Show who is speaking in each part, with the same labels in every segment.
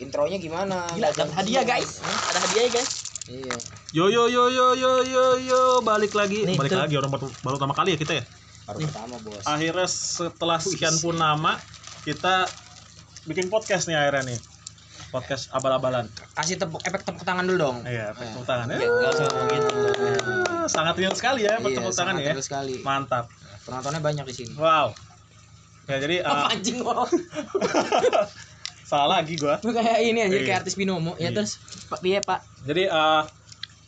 Speaker 1: Intronya gimana? Nggak
Speaker 2: Gila, dapat hadiah,
Speaker 1: janjian.
Speaker 2: guys. Ada hadiahnya, guys.
Speaker 1: Iya.
Speaker 3: Yo yo yo yo yo yo yo balik lagi
Speaker 2: Nih,
Speaker 3: balik
Speaker 2: tuh.
Speaker 3: lagi orang baru, baru pertama kali ya kita ya
Speaker 1: Baru pertama, Bos.
Speaker 2: Ah.
Speaker 3: akhirnya setelah sekian pun nama kita bikin podcast nih akhirnya nih podcast abal-abalan
Speaker 1: Kasih tepuk
Speaker 2: eh,
Speaker 1: efek tepuk tangan dulu dong.
Speaker 3: iya efek tepuk tangan
Speaker 2: Ah. Nggak- nggak usah ngomong gitu.
Speaker 3: Ah, sangat real sekali
Speaker 2: Iya,
Speaker 3: ya efek
Speaker 1: Iya,
Speaker 3: tepuk tangan
Speaker 1: sangat
Speaker 3: ya
Speaker 1: terus sekali.
Speaker 3: mantap
Speaker 1: Penontonnya banyak di sini.
Speaker 3: wow ya jadi
Speaker 2: Apa
Speaker 3: ah,
Speaker 2: anjing lo?
Speaker 3: salah lagi gua
Speaker 2: Lu kayak ini anjir
Speaker 3: Iya.
Speaker 2: kayak artis binomo. Ya
Speaker 3: Iya.
Speaker 2: terus Pak dia Pak.
Speaker 3: Jadi eh,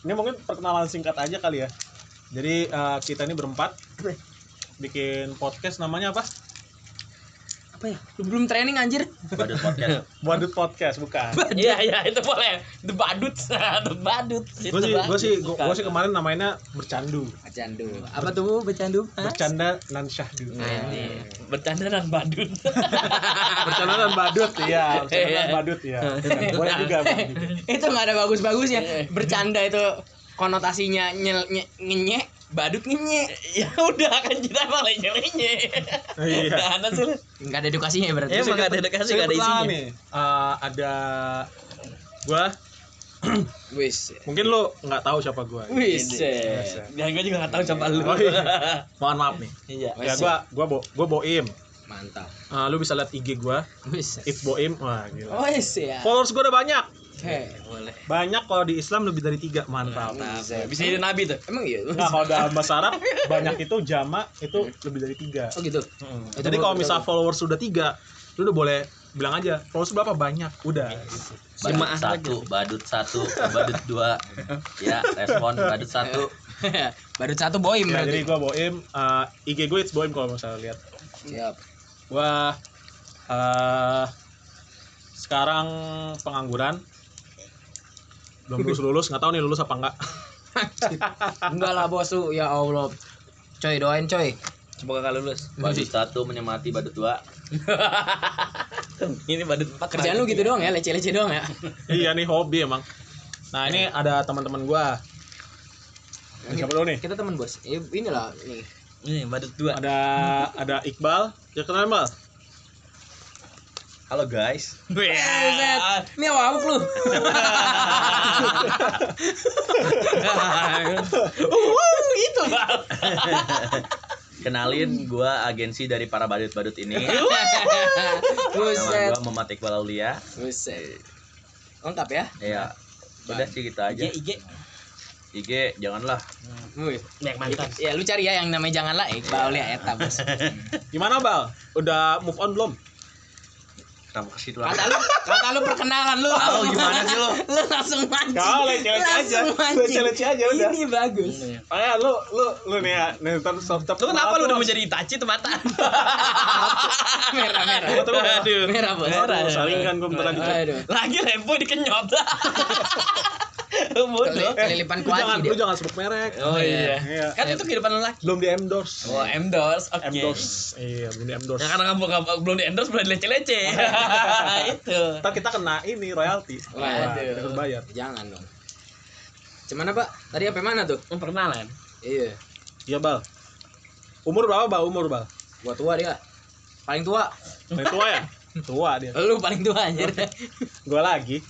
Speaker 3: ini mungkin perkenalan singkat aja kali ya. Jadi eh, kita ini berempat bikin podcast namanya apa?
Speaker 2: Apa ya? Lu belum training anjir.
Speaker 4: Badut podcast.
Speaker 3: Badut Podcast bukan?
Speaker 2: Iya iya itu boleh. The badut. The badut.
Speaker 3: Gue sih, gua sih, gua, gua sih kemarin namanya bercandu,
Speaker 1: Acandu.
Speaker 2: apa tuh bercandu? Hah? Ah,
Speaker 3: bercanda nan syahdu,
Speaker 2: Anjir. Iya, Bercanda dan badut.
Speaker 3: bercanda nan badut, iya, bercanda nan badut, iya. Boleh juga,
Speaker 2: Iya,
Speaker 3: boleh juga.
Speaker 2: itu nggak ada
Speaker 1: Iya.
Speaker 2: bagus-bagusnya. Bercanda itu konotasinya nyel, nye, ngenyek, badut ngenyek. Ya udah kan kita malah nyelenya.
Speaker 3: Iya.
Speaker 2: Nah, sih. lu.
Speaker 1: Enggak ada edukasinya ya berarti.
Speaker 2: Emang nggak ada edukasi, nggak ada
Speaker 3: Perkenalan
Speaker 2: isinya.
Speaker 3: Nih, eh, ada gua,
Speaker 1: Wis.
Speaker 3: mungkin lu nggak tahu siapa gua.
Speaker 2: Wis. eh.
Speaker 3: Wis.
Speaker 2: Dan gue Ya, juga gak tahu siapa lu.
Speaker 3: Oh, iya. Mohon maaf nih.
Speaker 2: Iya.
Speaker 3: Ya gua, gua, bo, gua boim.
Speaker 1: Mantap.
Speaker 3: Eh, lu bisa lihat IG gua,
Speaker 1: Wis.
Speaker 3: If Boim, wah gila.
Speaker 2: Wis ya.
Speaker 3: Followers gue udah banyak.
Speaker 2: Oke, boleh.
Speaker 3: Banyak kalau di Islam lebih dari tiga,
Speaker 2: Iya.
Speaker 3: mantap.
Speaker 1: Mantap.
Speaker 2: Bisa jadi nabi tuh.
Speaker 1: Emang iya.
Speaker 3: Nah kalau dalam bahasa Arab banyak itu jama itu lebih dari tiga.
Speaker 1: Oh gitu.
Speaker 3: Mm.
Speaker 1: Itu
Speaker 3: Jadi
Speaker 1: baru
Speaker 3: kalau
Speaker 1: kita
Speaker 3: misal followers sudah tiga, lu udah boleh bilang aja followers berapa banyak, udah.
Speaker 4: Badut satu, badut satu, badut dua. Ya, respon badut satu.
Speaker 2: Baru satu boim
Speaker 3: Ya,
Speaker 2: berarti.
Speaker 3: jadi gue boim, eh, IG gue it's boim kalau misalnya lihat.
Speaker 1: Siap.
Speaker 3: Gua eh, sekarang pengangguran, belum lulus lulus, nggak tahu nih lulus apa enggak.
Speaker 1: Enggak lah, Bos. lu. Ya Allah. Coy, doain coy.
Speaker 2: Semoga gak lulus.
Speaker 4: Badut satu menyemati badut dua.
Speaker 2: Ini badut empat. Kerjaan lu gitu doang ya, lece-lece doang ya.
Speaker 3: iya nih hobi emang. Nah ini ada teman-teman gue. Siapa dulu nih?
Speaker 1: Kita teman, Bos. Ya, inilah nih.
Speaker 2: Ini badut dua.
Speaker 3: ada ada Iqbal ya kenal Iqbal
Speaker 4: Halo guys.
Speaker 3: Ya.
Speaker 2: Buset. Ini apa lu? Uh, gitu, Bal.
Speaker 4: Kenalin gua agensi dari para badut-badut ini. Nama
Speaker 1: Buset.
Speaker 4: gua Muhammad Iqbal Aulia.
Speaker 1: Buset.
Speaker 2: Lengkap ya.
Speaker 4: Ya, udah sih gitu aja.
Speaker 2: IG.
Speaker 4: IG janganlah.
Speaker 1: Wih.
Speaker 2: Banyak mantan. Ya, lu cari ya yang namanya jangan lah Iqbal ya eta, Bos.
Speaker 3: gimana Bal udah move on belum
Speaker 4: Kenapa ke situ
Speaker 2: Kata
Speaker 4: lagi?
Speaker 2: lu, kata lu perkenalan lu.
Speaker 4: Tahu gimana sih lu?
Speaker 2: Lu langsung mancing.
Speaker 3: Kau lece-lece aja.
Speaker 2: Langsung mancing.
Speaker 3: Lece-lece aja udah. Iya.
Speaker 2: Ini bagus.
Speaker 3: Ayah lu lu lu nih ya nih ntar stop stop
Speaker 2: Lu kenapa lu udah menjadi Itachi tuh mata? merah merah.
Speaker 3: Gua tuh merah.
Speaker 2: Aduh. Merah bos.
Speaker 3: Merah, saringan gua bentar lagi.
Speaker 2: Aduh. Lagi lempo dikenyot. Bodoh.
Speaker 1: Kelip- Kelilipan
Speaker 3: lu Eh, jangan
Speaker 1: kuali
Speaker 3: lu
Speaker 1: dia.
Speaker 3: jangan sebut merek
Speaker 2: Oh iya.
Speaker 3: Iya.
Speaker 2: Kan itu kehidupan lelaki.
Speaker 3: belum di endorse
Speaker 2: Oh endorse, oke.
Speaker 3: endorse iya belum di endorse
Speaker 2: Ya karena kamu nggak- belum di endorse belum dilece-lece. itu.
Speaker 3: ntar kita kena ini royalti
Speaker 2: Oh, iya.
Speaker 3: Wah, kita harus bayar
Speaker 1: Jangan dong. Cuman apa? Tadi apa mana tuh?
Speaker 2: Perkenalan.
Speaker 1: Iya.
Speaker 3: iya Bal umur berapa Bal umur Bal
Speaker 1: Gua tua dia. Paling tua.
Speaker 3: Paling tua ya tua dia
Speaker 2: Lu paling tua anjir.
Speaker 3: gua lagi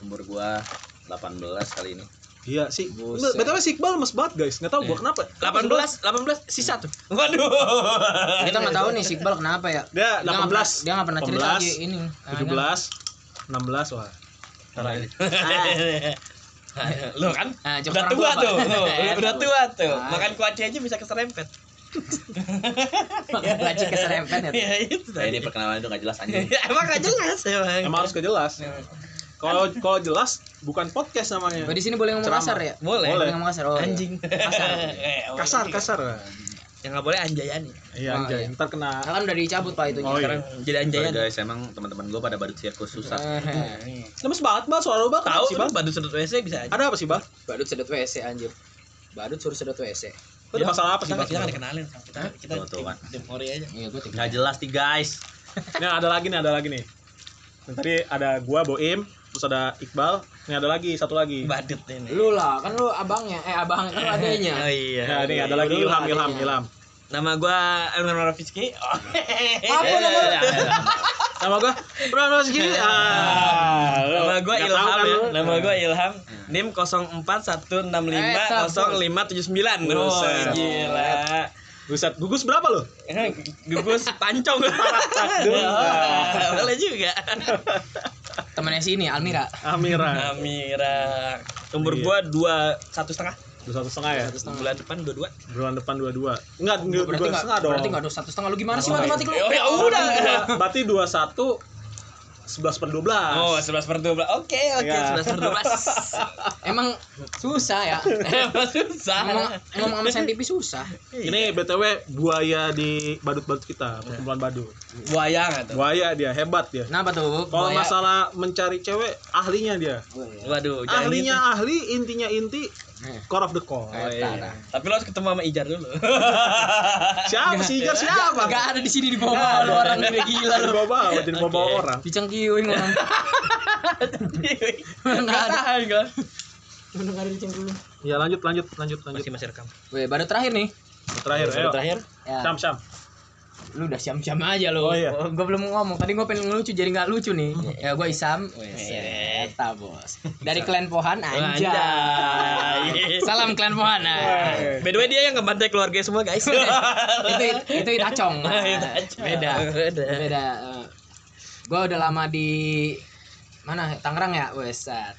Speaker 4: Umur gua 18 kali ini.
Speaker 3: Iya sih.
Speaker 1: Buset.
Speaker 3: Betul sih Iqbal lemes banget guys. Nggak tahu
Speaker 2: Iya.
Speaker 3: gua kenapa.
Speaker 2: 18, 18 sisa tuh. Waduh.
Speaker 1: Kita nggak tahu nih si Iqbal kenapa ya.
Speaker 3: Dia
Speaker 1: nggak
Speaker 3: 18.
Speaker 1: pernah- Dia nggak pernah cerita
Speaker 3: 18,
Speaker 1: lagi ini.
Speaker 3: 17, 16 wah. Ntar aja.
Speaker 2: Lo kan
Speaker 1: Ah, cukup
Speaker 2: udah
Speaker 1: orang
Speaker 2: tua
Speaker 1: tua, Pak.
Speaker 2: tuh, lo,
Speaker 1: Eh,
Speaker 2: udah tua tuh.
Speaker 3: Nah.
Speaker 1: Ah.
Speaker 2: Makan kuaci aja bisa keserempet.
Speaker 1: Makan kuaci keserempet ya, tuh.
Speaker 2: Iya, itu
Speaker 4: Nah,
Speaker 2: tadi.
Speaker 4: ini perkenalan itu nggak jelas anjing.
Speaker 2: Ya, emang gak jelas emang.
Speaker 3: iya. Emang harus kejelas. Kalau kalau jelas bukan podcast namanya.
Speaker 1: Gua di sini boleh ngomong
Speaker 3: Ceramah.
Speaker 1: kasar ya?
Speaker 2: Boleh.
Speaker 3: Boleh.
Speaker 1: ngomong kasar. Oh, iya.
Speaker 2: Anjing.
Speaker 1: Kasar.
Speaker 2: Eh, emang
Speaker 3: Kasar
Speaker 5: Iya.
Speaker 2: anjing.
Speaker 3: kasar.
Speaker 2: Yang gak boleh anjayani.
Speaker 3: Iya
Speaker 5: Ah,
Speaker 1: Oh,
Speaker 3: anjay,
Speaker 1: iya.
Speaker 3: ntar kena
Speaker 1: Nah, kan udah dicabut Pak itu.
Speaker 3: Oh, iya.
Speaker 2: Sekarang jadi
Speaker 4: Sorry
Speaker 2: anjayani.
Speaker 4: guys, emang teman-teman gua pada badut sirkus
Speaker 3: Nah.
Speaker 4: susah.
Speaker 3: lemes banget Bal suara lu Bal.
Speaker 2: Iya.
Speaker 3: Kenapa
Speaker 2: Tahu
Speaker 3: sih,
Speaker 2: sih
Speaker 3: Bal?
Speaker 2: badut sudut WC bisa aja.
Speaker 3: Ada apa sih Bal?
Speaker 1: Badut sedot WC anjir. Badut suruh sedot WC.
Speaker 3: Lu
Speaker 5: Iya.
Speaker 3: ada masalah apa sih
Speaker 2: Kita
Speaker 3: Bal?
Speaker 2: kita nggak dikenalin sama kita. Kita
Speaker 4: Tuh, tuh, Wan.
Speaker 2: demori aja.
Speaker 1: Iya, gua tiga.
Speaker 4: Nggak jelas nih guys.
Speaker 3: Ini ada lagi nih, ada lagi nih. Yang Tadi ada gua Boim, terus ada Iqbal, ini ada lagi satu lagi.
Speaker 2: Badut ini.
Speaker 1: Lu lah, kan lu abangnya. Eh, abang kan lu
Speaker 2: Oh
Speaker 1: adanya.
Speaker 2: iya.
Speaker 3: Nah, ini ada lagi
Speaker 1: Dulu
Speaker 3: Ilham,
Speaker 1: lah,
Speaker 3: Ilham,
Speaker 1: adanya.
Speaker 3: Ilham. Nah,
Speaker 2: Nama gua Elmer Rafiski.
Speaker 1: Apa nama lu?
Speaker 3: Nama gua Pernah segini. Ah, lu
Speaker 5: Nama gua
Speaker 3: nggak tahu
Speaker 5: Ilham
Speaker 3: kan
Speaker 5: ya.
Speaker 3: lu. Nah.
Speaker 5: Nama gua Ilham. NIM 0416505579. Buset, gila.
Speaker 3: Buset, gugus berapa lu?
Speaker 5: Eh, Gugus pancong. Wah, Boleh juga.
Speaker 2: Temennya si ini Almira.
Speaker 3: Amira.
Speaker 5: Amira. Nah, Umur
Speaker 3: Iya.
Speaker 5: gua dua satu setengah.
Speaker 3: Dua satu setengah ya.
Speaker 5: Bulan depan dua dua.
Speaker 3: Bulan depan dua dua. Enggak, dua
Speaker 2: Berarti
Speaker 3: dua
Speaker 2: enggak
Speaker 3: setengah dong.
Speaker 2: berarti enggak ada satu setengah lu gimana sih
Speaker 3: Oh,
Speaker 2: matematik lu?
Speaker 5: Oh ya udah.
Speaker 3: Berarti dua satu sebelas per dua belas.
Speaker 5: Oh, 11 per 12. Oke, oke,
Speaker 3: Ya.
Speaker 5: 11 per 12.
Speaker 2: Emang susah ya.
Speaker 5: Emang susah.
Speaker 2: Ngomong ngomong sama sentipi susah.
Speaker 3: Ini BTW buaya di badut-badut kita, perkumpulan badut.
Speaker 5: Buaya nggak tuh?
Speaker 3: Buaya dia, hebat dia.
Speaker 2: Kenapa tuh?
Speaker 3: Kalau
Speaker 2: Buaya?
Speaker 3: masalah mencari cewek, ahlinya dia.
Speaker 5: Waduh, jangan
Speaker 3: Ahlinya
Speaker 5: gitu.
Speaker 3: ahli, intinya inti,
Speaker 2: Eh,
Speaker 3: core of the core.
Speaker 5: Oh, iya. Tapi lo harus ketemu sama Ijar dulu.
Speaker 3: Siapa sih Ijar siapa?
Speaker 2: Gak Iya. ada di sini di bawah lu orang gede gila lu.
Speaker 3: Bawa bawa, jadi bawa bawa orang.
Speaker 2: Dicengkiuin orang.
Speaker 5: Nggak
Speaker 2: Nggak ada.
Speaker 5: tahan gua.
Speaker 2: Bener gak ada dicengkiuin.
Speaker 3: Ya lanjut lanjut lanjut lanjut.
Speaker 5: Masih masih rekam.
Speaker 2: Weh, baru terakhir nih.
Speaker 3: Terakhir, ayo.
Speaker 5: Terakhir.
Speaker 2: Ya.
Speaker 3: Syam Syam.
Speaker 2: lu udah siam-siam aja lu.
Speaker 3: Oh, iya.
Speaker 2: Gue belum ngomong. Tadi gue pengen ngelucu jadi nggak lucu nih. ya gue Isam.
Speaker 5: Wes.
Speaker 2: Eta bos. Dari klan Pohan
Speaker 5: Iya. Anjay.
Speaker 2: anjay. Salam klan Pohan. ah.
Speaker 5: By the way dia yang ngebantai keluarga semua guys.
Speaker 2: itu itu Itacong. Ah,
Speaker 5: Itacong.
Speaker 2: Beda.
Speaker 5: Beda.
Speaker 2: Beda. Gue eh. udah lama di mana Tangerang ya wes. ah.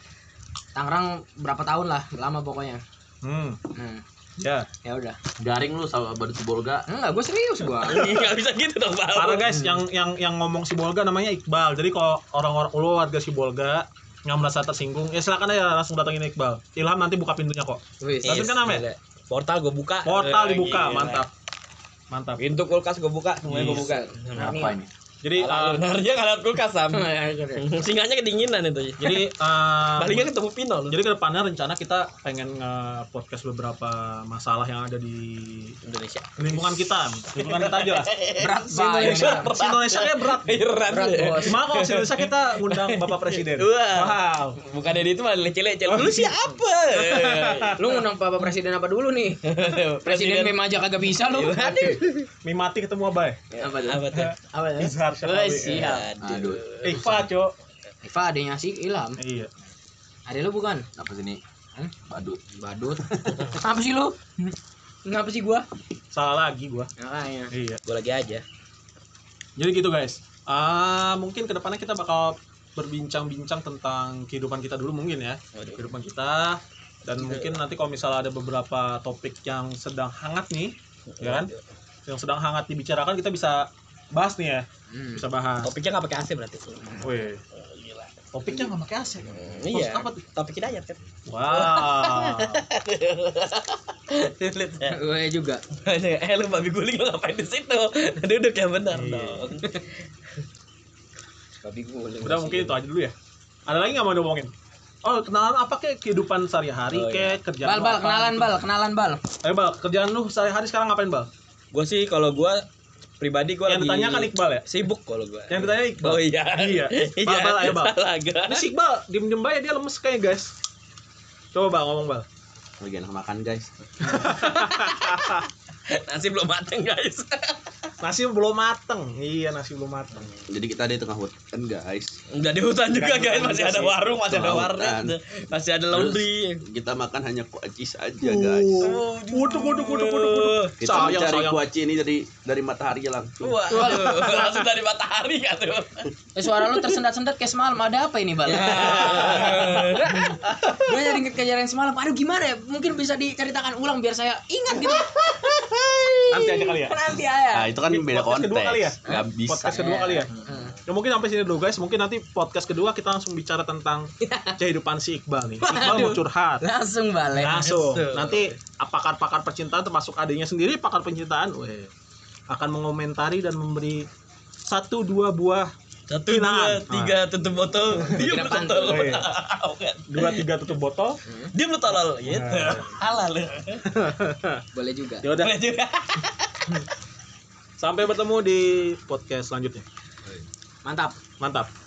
Speaker 2: Tangerang berapa tahun lah lama pokoknya.
Speaker 3: Hmm.
Speaker 2: Hmm.
Speaker 3: Ya.
Speaker 2: Ya udah.
Speaker 4: Garing lu sama badut Bolga.
Speaker 2: Enggak, gue serius gue.
Speaker 5: Enggak bisa gitu dong, Pak.
Speaker 3: Para guys yang yang yang ngomong si Bolga namanya Iqbal. Jadi kalau orang-orang lu warga si Bolga yang merasa tersinggung, ya silakan aja langsung datangin Iqbal. Ilham nanti buka pintunya kok.
Speaker 2: Wes.
Speaker 3: Tapi kan Amet.
Speaker 5: Gila. Portal gua buka.
Speaker 3: Portal
Speaker 5: Eh,
Speaker 3: dibuka,
Speaker 5: gila.
Speaker 3: mantap. Mantap.
Speaker 5: Pintu kulkas gua buka, semuanya gua
Speaker 3: Yes.
Speaker 5: buka.
Speaker 3: Nah,
Speaker 4: Apa ini?
Speaker 3: Jadi uh,
Speaker 5: Alah,
Speaker 3: Hmm.
Speaker 5: Benar dia ngalat kulkas sam. Singanya kedinginan itu.
Speaker 3: jadi uh,
Speaker 5: Palingnya ketemu Pino lu.
Speaker 3: jadi ke depannya rencana kita pengen nge-podcast beberapa masalah yang ada di
Speaker 5: Indonesia.
Speaker 3: lingkungan kita, lingkungan kita aja lah.
Speaker 2: Berat Pak,
Speaker 3: Si
Speaker 2: yang
Speaker 3: Indonesia,
Speaker 2: ini.
Speaker 3: si Indonesia kayak berat.
Speaker 5: Iran.
Speaker 2: Berat bos.
Speaker 3: Gimana kalau si Indonesia kita undang Bapak Presiden?
Speaker 5: Wah.
Speaker 3: Wow. Oh, iya.
Speaker 5: Bukan dari itu malah leceh-leceh. Lu siapa?
Speaker 2: Lu ngundang Bapak Presiden apa dulu nih? Presiden meme aja kagak bisa lu.
Speaker 3: Mimati ketemu Abai.
Speaker 5: Apa tuh? Apa tuh?
Speaker 2: Apa ya?
Speaker 3: Izhar
Speaker 2: Wes,
Speaker 3: Syafali.
Speaker 2: iya.
Speaker 5: Aduh.
Speaker 4: Aduh.
Speaker 3: Iqbal, Cok.
Speaker 2: Eva adanya si Ilham.
Speaker 3: Iya.
Speaker 2: Ada lu bukan?
Speaker 4: Apa sih ini?
Speaker 2: Hmm?
Speaker 4: Badut.
Speaker 2: Badut. Kenapa sih lu? Kenapa sih gua?
Speaker 3: Salah lagi gua.
Speaker 2: Makanya.
Speaker 3: Iya.
Speaker 5: Gue lagi aja.
Speaker 3: Jadi gitu guys. Ah, mungkin kedepannya kita bakal berbincang-bincang tentang kehidupan kita dulu mungkin ya. Kehidupan kita
Speaker 5: Iya.
Speaker 3: dan mungkin nanti kalau misalnya ada beberapa topik yang sedang hangat nih, ya kan?
Speaker 5: Iya.
Speaker 3: Yang sedang hangat dibicarakan kita bisa bahas nih ya,
Speaker 2: Hmm.
Speaker 3: bisa bahas.
Speaker 5: Topiknya nggak pakai AC berarti.
Speaker 3: Wih,
Speaker 5: Oh, Gila.
Speaker 3: topiknya nggak pakai AC.
Speaker 5: Iya.
Speaker 3: Hmm. apa tuh?
Speaker 5: Topik kita ya, Pep.
Speaker 3: Wow.
Speaker 5: Lihat ya.
Speaker 2: Gue juga.
Speaker 5: Eh lu babi guling lu ngapain di situ? Duduk yang benar
Speaker 3: Iya.
Speaker 5: dong.
Speaker 2: Tapi gua boleh.
Speaker 3: Udah mungkin itu aja dulu ya. Ada lagi nggak mau diomongin? Oh, kenalan apa kek kehidupan sehari-hari
Speaker 5: Oh,
Speaker 3: kek kerjaan
Speaker 2: Bal
Speaker 3: lu
Speaker 2: bal
Speaker 3: apa?
Speaker 2: kenalan bal, kenalan bal.
Speaker 3: Ayo Bal, kerjaan lu sehari-hari sekarang ngapain Bal?
Speaker 5: Gue sih kalau gue pribadi gue
Speaker 3: Yang
Speaker 5: lagi
Speaker 3: ditanya kan Iqbal ya?
Speaker 5: sibuk kalau gue.
Speaker 3: Yang ditanya Iqbal.
Speaker 5: Oh iya.
Speaker 3: Iya. Bal, bal, ayo, Bal.
Speaker 5: Salah gua.
Speaker 3: Ini si Iqbal, diem-diem aja dia lemes kayaknya guys Coba Bal, ngomong Bal
Speaker 4: Lagi enak makan guys.
Speaker 5: Nasi belum mateng guys.
Speaker 3: Nasi belum mateng Iya nasi belum mateng
Speaker 4: Jadi kita di tengah hutan guys.
Speaker 5: Udah di hutan juga guys, masih ada warung, masih ada
Speaker 4: Tengah
Speaker 5: warnet,
Speaker 4: hutan.
Speaker 5: masih ada laundry.
Speaker 4: Kita makan hanya kuaci saja guys.
Speaker 3: Waduh, waduh, waduh, waduh, waduh
Speaker 4: Kita
Speaker 3: Uh, Sayang,
Speaker 4: mencari
Speaker 3: sayang
Speaker 4: kuaci ini dari dari matahari langsung.
Speaker 5: Wah, langsung dari matahari kan tuh.
Speaker 2: Eh suara lu tersendat-sendat kayak semalam. Ada apa ini, Bal?
Speaker 3: Ya.
Speaker 2: gue jadi inget kejadian semalam. Aduh gimana ya? Mungkin bisa diceritakan ulang biar saya ingat gitu.
Speaker 3: Nanti aja kali ya
Speaker 2: Nanti aja.
Speaker 4: Nah itu kan
Speaker 3: Ini
Speaker 4: beda
Speaker 3: podcast
Speaker 4: konteks.
Speaker 3: kedua kali ya?
Speaker 4: Nggak bisa.
Speaker 3: Podcast kedua kali ya Ya mungkin sampai sini dulu guys Mungkin nanti podcast kedua kita langsung bicara tentang kehidupan si Iqbal nih Iqbal mau curhat
Speaker 2: Langsung ya. balik.
Speaker 3: langsung
Speaker 5: Langsung.
Speaker 3: nanti pakar-pakar percintaan termasuk adiknya sendiri pakar percintaan weh, akan mengomentari dan memberi satu dua buah
Speaker 5: Satu, dua,
Speaker 3: Nah.
Speaker 5: tiga, tutup botol. Diam lu tolol.
Speaker 3: Iya. dua tiga tutup botol
Speaker 5: Diam lu tolol. Gitu. Halal.
Speaker 2: Boleh juga.
Speaker 3: Nah. ya udah
Speaker 5: Boleh juga.
Speaker 3: sampai bertemu di podcast selanjutnya
Speaker 2: Mantap.
Speaker 3: mantap